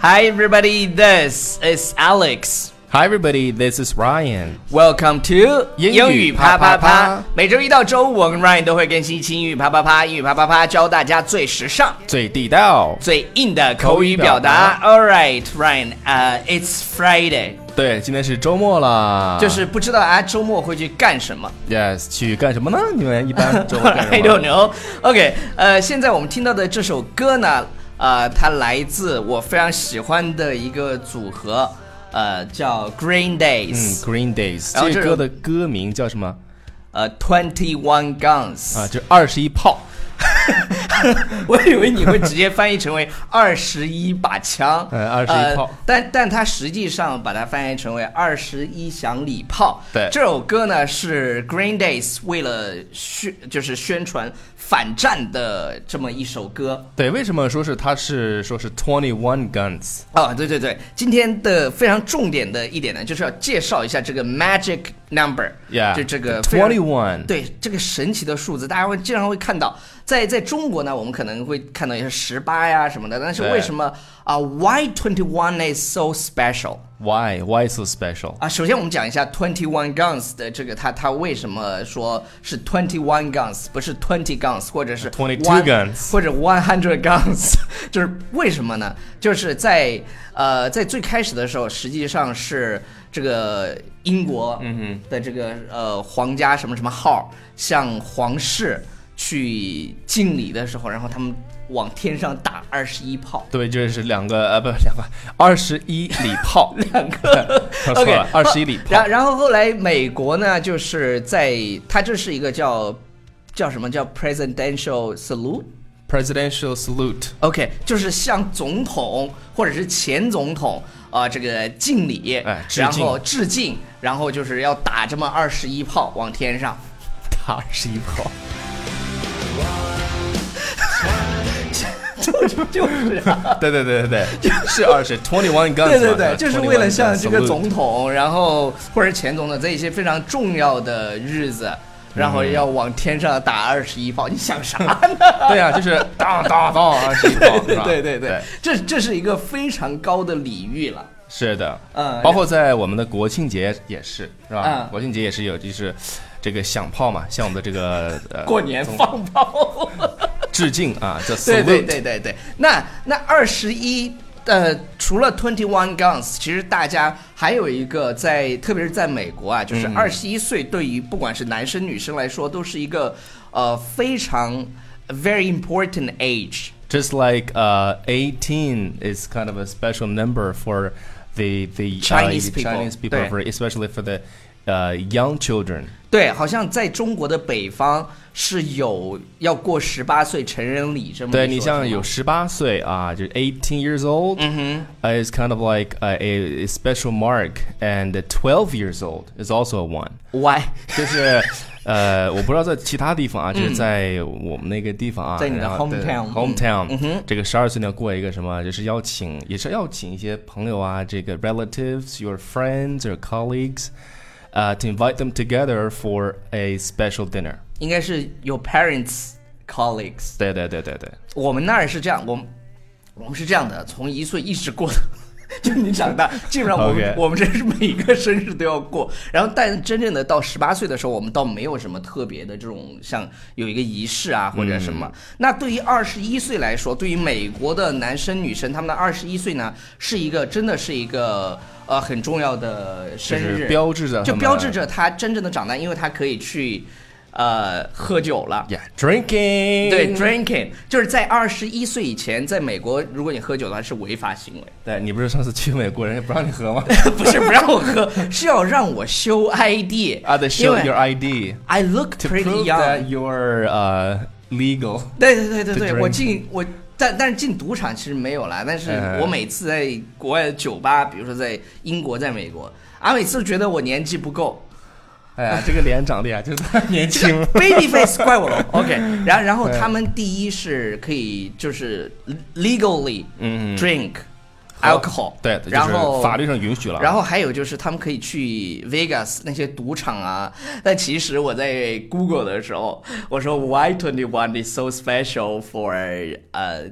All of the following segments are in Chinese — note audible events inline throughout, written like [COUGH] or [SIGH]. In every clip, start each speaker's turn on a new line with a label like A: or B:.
A: Hi, everybody. This is Alex.
B: Hi, everybody. This is Ryan.
A: Welcome to
B: 英语
A: 啪啪
B: 啪啪。
A: 每周一到周五，我跟 Ryan 都会更新一期英语啪啪啪。英语啪啪啪，教大家最时尚、
B: 最地道。
A: 最硬的口语表达。All right, Ryan. 呃、i t s Friday，、
B: 对，今天是周末了，
A: 就是不知道大家周末会去干什么。
B: yes 去干什么呢？你们一
A: [LAUGHS]
B: 般周末干
A: I
B: 什
A: don't
B: 么？
A: know. OK，呃，现在我们听到的这首歌呢，呃，它来自我非常喜欢的一个组合，呃，叫 Green
B: 嗯
A: Days，、
B: ，Green Days
A: 然后
B: 这
A: 这
B: 个
A: 首
B: 歌的歌名叫什么
A: 呃，Twenty One Guns。
B: 啊？就二十一炮。
A: [LAUGHS] 我以为你会直接翻译成为二十一把枪，
B: [LAUGHS] 呃21炮
A: 但但它实际上把它翻译成为二十一响礼炮。
B: 对
A: 这首歌呢是 Green Days 为了宣就是宣传反战的这么一首歌。
B: 对，为什么说是它是说是 Twenty One Guns？
A: 啊、对对对，今天的非常重点的一点呢，就是要介绍一下这个 magic number，
B: Yeah，
A: 就这个非常
B: Twenty One。
A: 对这个神奇的数字，大家会经常会看到，在在中国呢，我们可能会看到一些十八呀什么的，但是
B: 对
A: 为什么啊、w h y twenty one is so special？
B: Why? Why so special?
A: 啊，首先我们讲一下 Twenty One Guns 的这个，它它为什么说是 Twenty One Guns，不是 Twenty Guns，或者是
B: 22
A: one-
B: guns
A: 或者 One Hundred Guns，就是 [LAUGHS] 为什么呢？就是在呃在最开始的时候，实际上是这个英国的这个、呃皇家什么什么号向皇室去敬礼的时候，然后他们往天上打二十一炮。 [LAUGHS]
B: 对，就是两个呃，不是两个，二十一礼炮，
A: [LAUGHS]
B: [LAUGHS]
A: 两个
B: 说错
A: OK，
B: 了，二十一礼炮
A: 然然后后来美国呢，就是在它这是一个叫叫什么叫 presidential salute。
B: ，Presidential Salute。
A: OK，就是向总统或者是前总统啊、这个敬礼，
B: 哎致敬
A: 然后致敬，然后就是要打这么二十一炮往天上。 [LAUGHS]
B: 打二十一炮，
A: 就就就是、
B: 对对对对
A: [LAUGHS]
B: 对，是二十 twenty one guns，
A: 对对
B: 嘛
A: 对，就是为了向这个，
B: 21 guns，salute
A: 总统，然后或者前总统，在一些非常重要的日子，然
B: 嗯
A: 后要往天上打二十一炮，你想啥呢？
B: [LAUGHS] 对啊，就是当当
A: [LAUGHS]
B: 当二十一炮，是吧
A: 对对对
B: 对，，
A: 这这是一个非常高的礼遇了。
B: 是的，
A: 嗯
B: 包括在我们的国庆节也是，是吧？
A: 嗯
B: 国庆节也是有，就是这个响炮嘛，向我们的这个呃
A: 过年
B: 总
A: 放炮，
B: 致敬啊，叫
A: [LAUGHS] 对对
B: salute，
A: 对对对。那那二十一，呃，除了 Twenty One Guns，其实大家还有一个在，特别是在美国啊，
B: 嗯
A: 就是二十一岁对于不管是男生女生来说，都是一个呃非常 very important age。
B: Just like uh, 18 is kind of a special number for the the uh,
A: Chinese people.
B: Chinese people,
A: 对
B: for, especially for the uh, young children.
A: 对，好像在中国的北方是有要过十八岁成人礼这么一说。
B: 对你像
A: 是吗
B: 有十八岁啊，就是 eighteen years old，嗯 is kind of like uh, a, a special mark, and twelve years old is also a one.
A: why
B: 就是 [LAUGHS] 呃，我不知道在其他地方啊，就是在我们那个地方啊，
A: 在你的
B: 然后对
A: hometown，嗯
B: hometown，、这个十二岁呢过一个什么，就是邀请，也是邀请一些朋友啊，这个 relatives、your friends、your colleagues，呃、t o invite them together for a special dinner。
A: 应该是 your parents colleagues。
B: 对对对对对，
A: 我们那儿是这样，我们我们是这样的，从一岁一直过的。 [LAUGHS] 就你长大，基本上我们
B: OK
A: 我们这是每一个生日都要过，然后但真正的到十八岁的时候，我们倒没有什么特别的这种像有一个仪式啊
B: 嗯
A: 或者什么。那对于二十一岁来说，对于美国的男生女生，他们的二十一岁呢，是一个真的是一个呃很重要的生
B: 就
A: 日，
B: 是标志着
A: 就
B: 他们
A: 标志着他真正的长大，因为他可以去呃喝酒了。
B: ，yeah，drinking，
A: 对，drinking 就是在二十一岁以前，在美国，如果你喝酒的话是违法行为。
B: 对，你不是上次去美国，人家 [LAUGHS] 不让你 [LAUGHS] 喝吗？
A: 不是不让我喝， [LAUGHS] 是要让我修 ID
B: 啊，得
A: 因
B: show
A: 为
B: your ID
A: I look
B: to
A: pretty
B: prove
A: young。
B: that you're uh legal。
A: 对对对对
B: to
A: 对，
B: drink
A: 我进我但但是进赌场其实没有啦，但是
B: 嗯
A: 我每次在国外的酒吧，比如说在英国、在美国，啊，每次都觉得我年纪不够。
B: 哎 [LAUGHS] 呀，这个脸长得呀，就是太年轻。
A: [LAUGHS]
B: 哎
A: Baby face 怪
B: [LAUGHS]
A: 我喽，OK。然后然后他们第一是可以就是 legally
B: 嗯
A: drink
B: 喝
A: alcohol，
B: [LAUGHS] 对，就是
A: 然后
B: 法律上允许了。
A: 然
B: [LAUGHS] 后
A: 后还有就是，他们可以去 Vegas 那些赌场啊。但其实我在 Google 的时候，我说 Why twenty one is so special uh, for 呃、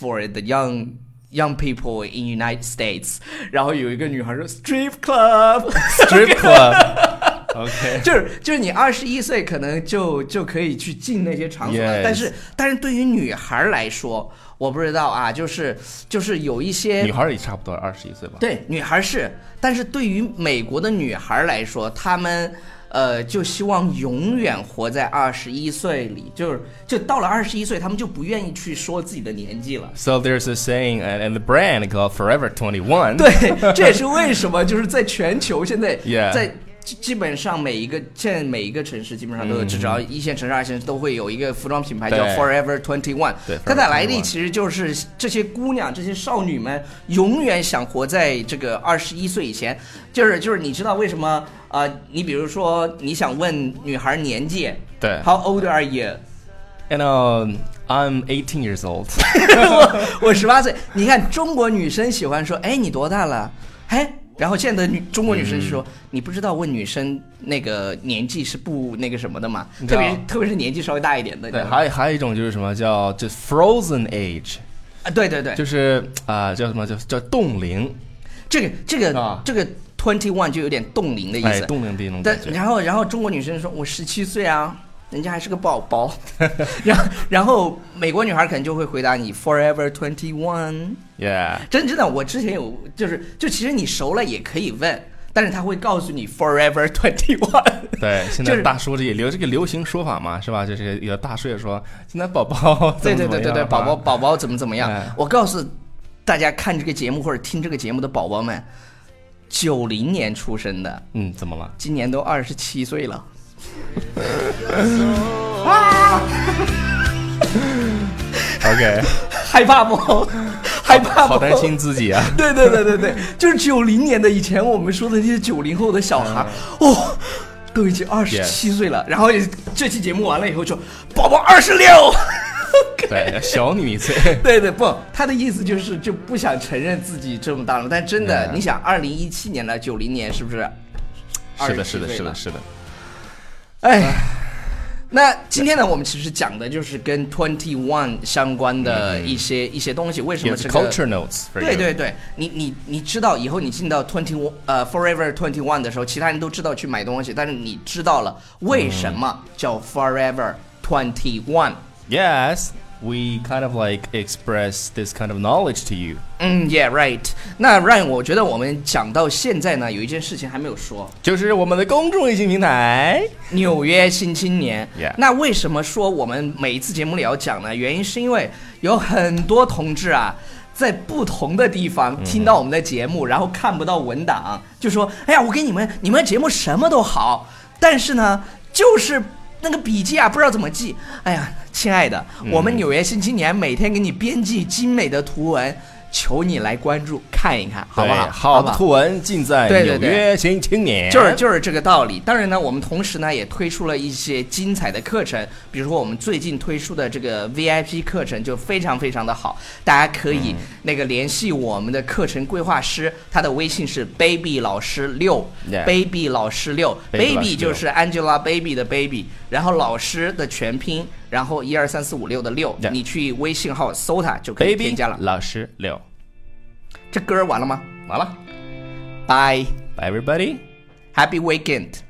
A: for the young young people in United States，然后有一个女孩说 strip
B: [LAUGHS]
A: club，
B: Strip club. OK.
A: 就是就是你二十一岁可能就就可以去进那些场所了
B: Yes
A: 但是但是对于女孩来说，我不知道啊，就是就是有一些
B: [LAUGHS] 女孩儿也差不多二十一岁吧。
A: 对，女孩是，但是对于美国的女孩来说，她们呃就希望永远活在二十一岁里，就是就到了二十一岁，她们就不愿意去说自己的年纪了。
B: So there's a saying and, and the brand called Forever
A: [LAUGHS]
B: 21.
A: 对，这也是为什么就是在全球现在
B: [LAUGHS] Yeah
A: 在基基本上每一个现在每一个城市基本上都有，至少一线城市、二线城市都会有一个服装品牌叫
B: 对
A: Forever Twenty One
B: 对。
A: 它
B: Forever
A: 的来历
B: 21
A: 其实就是这些姑娘、这些少女们永远想活在这个二十一岁以前，就是就是你知道为什么啊、呃你比如说你想问女孩年纪
B: 对
A: ，How old are you？
B: And um, I'm 18 years [LAUGHS] old.
A: [LAUGHS] 我我十八岁，你看中国女生喜欢说，哎，你多大了？哎，然后现在的女中国女生
B: 嗯
A: 说，你不知道问女生那个年纪是不那个什么的嘛？
B: 你知
A: 特
B: 道
A: 别是特别是年纪稍微大一点的，你知
B: 对，
A: 道吗
B: 还有还有一种就是什么叫就 frozen age，
A: 啊，对对对，
B: 就是啊、叫什么叫叫冻龄，
A: 这个这个、
B: 啊
A: 这个 twenty one 就有点冻龄的意
B: 哎，
A: 思。
B: 冻龄的一种
A: 但
B: 感觉。
A: 然后然后中国女生说，我十七岁啊。人家还是个宝宝， [LAUGHS] 然后然后美国女孩可能就会回答你 forever twenty one，
B: Yeah，
A: 真真的，我之前有就是就其实你熟了也可以问，但是他会告诉你 forever twenty one。 [LAUGHS]
B: 对，现
A: 就
B: 在
A: 是
B: 大叔这也流这个流行说法嘛，是吧？就是有的大叔也说，现在宝宝 [LAUGHS] [LAUGHS] 怎
A: 对对
B: 么怎么
A: 对对
B: 样
A: 对，
B: 啊
A: 宝宝宝宝怎么怎么样
B: 哎？
A: 我告诉大家看这个节目或者听这个节目的宝宝们，九零年出生的，
B: 嗯，怎
A: [LAUGHS]
B: 么了？
A: 今年都二十七岁了。 [LAUGHS]
B: OK，
A: 害怕不？害怕不？
B: 好担心自己啊。
A: 对对对对对，就是九零年的以前我们说的那些九零后的小孩，
B: 嗯
A: 哦，都已经二十七岁了。然后也这期节目完了以后就，宝宝二十六。
B: 对，小
A: [LAUGHS]
B: 你一岁。
A: 对对，不，他的意思就是就不想承认自己这么大了。但真的，
B: 嗯
A: 你想，二零一七年了，九零年是不是？
B: 是的，是的，
A: 27
B: 是
A: 岁
B: 的，
A: 了
B: 是的。
A: 哎，那今天呢，我们其实讲的就是跟 Twenty One 相关的一些、一些东西。为什么
B: Here's
A: 这
B: the
A: 个
B: culture notes for
A: 对
B: you.
A: 对对，你你你知道以后你进到 twenty one 呃 forever twenty one 的时候，其他人都知道去买东西，但是你知道了为什么叫 forever twenty one？
B: Yes, we kind of like express this kind of knowledge to you.
A: 嗯，Yeah right。那 Ryan，我觉得我们讲到现在呢，有一件事情还没有说，
B: 就是我们的公众微信平台。
A: 纽约新青年。
B: Yeah
A: 那为什么说我们每一次节目里要讲呢？原因是因为有很多同志啊。在不同的地方听到我们的节目，
B: Mm
A: 然后看不到文档，就说：“哎呀，我给你们，你们节目什么都好，但是呢，就是那个笔记啊，不知道怎么记。哎呀，亲爱的，
B: Mm
A: 我们纽约新青年每天给你编辑精美的图文，求你来关注看一看，好不
B: 对
A: 好？
B: 好
A: 不
B: 的图文尽在
A: 对
B: 纽
A: 对对
B: 约新青年。
A: 就是就是这个道理。当然呢，我们同时呢也推出了一些精彩的课程，比如说我们最近推出的这个 VIP 课程就非常非常的好，大家可
B: 嗯
A: 以那个联系我们的课程规划师，他的微信是 baby 老师六
B: Yeah
A: baby 老师六
B: Baby 老师
A: baby
B: 六
A: 就是是 Angelababy 的 baby，然后老师的全拼，然后一二三四五六的六
B: Yeah，
A: 你去微信号搜他就可以
B: baby
A: 添加了。
B: 老师六，
A: 这歌儿完了吗
B: 完了
A: ？Bye，Happy
B: ，Bye everybody。
A: weekend。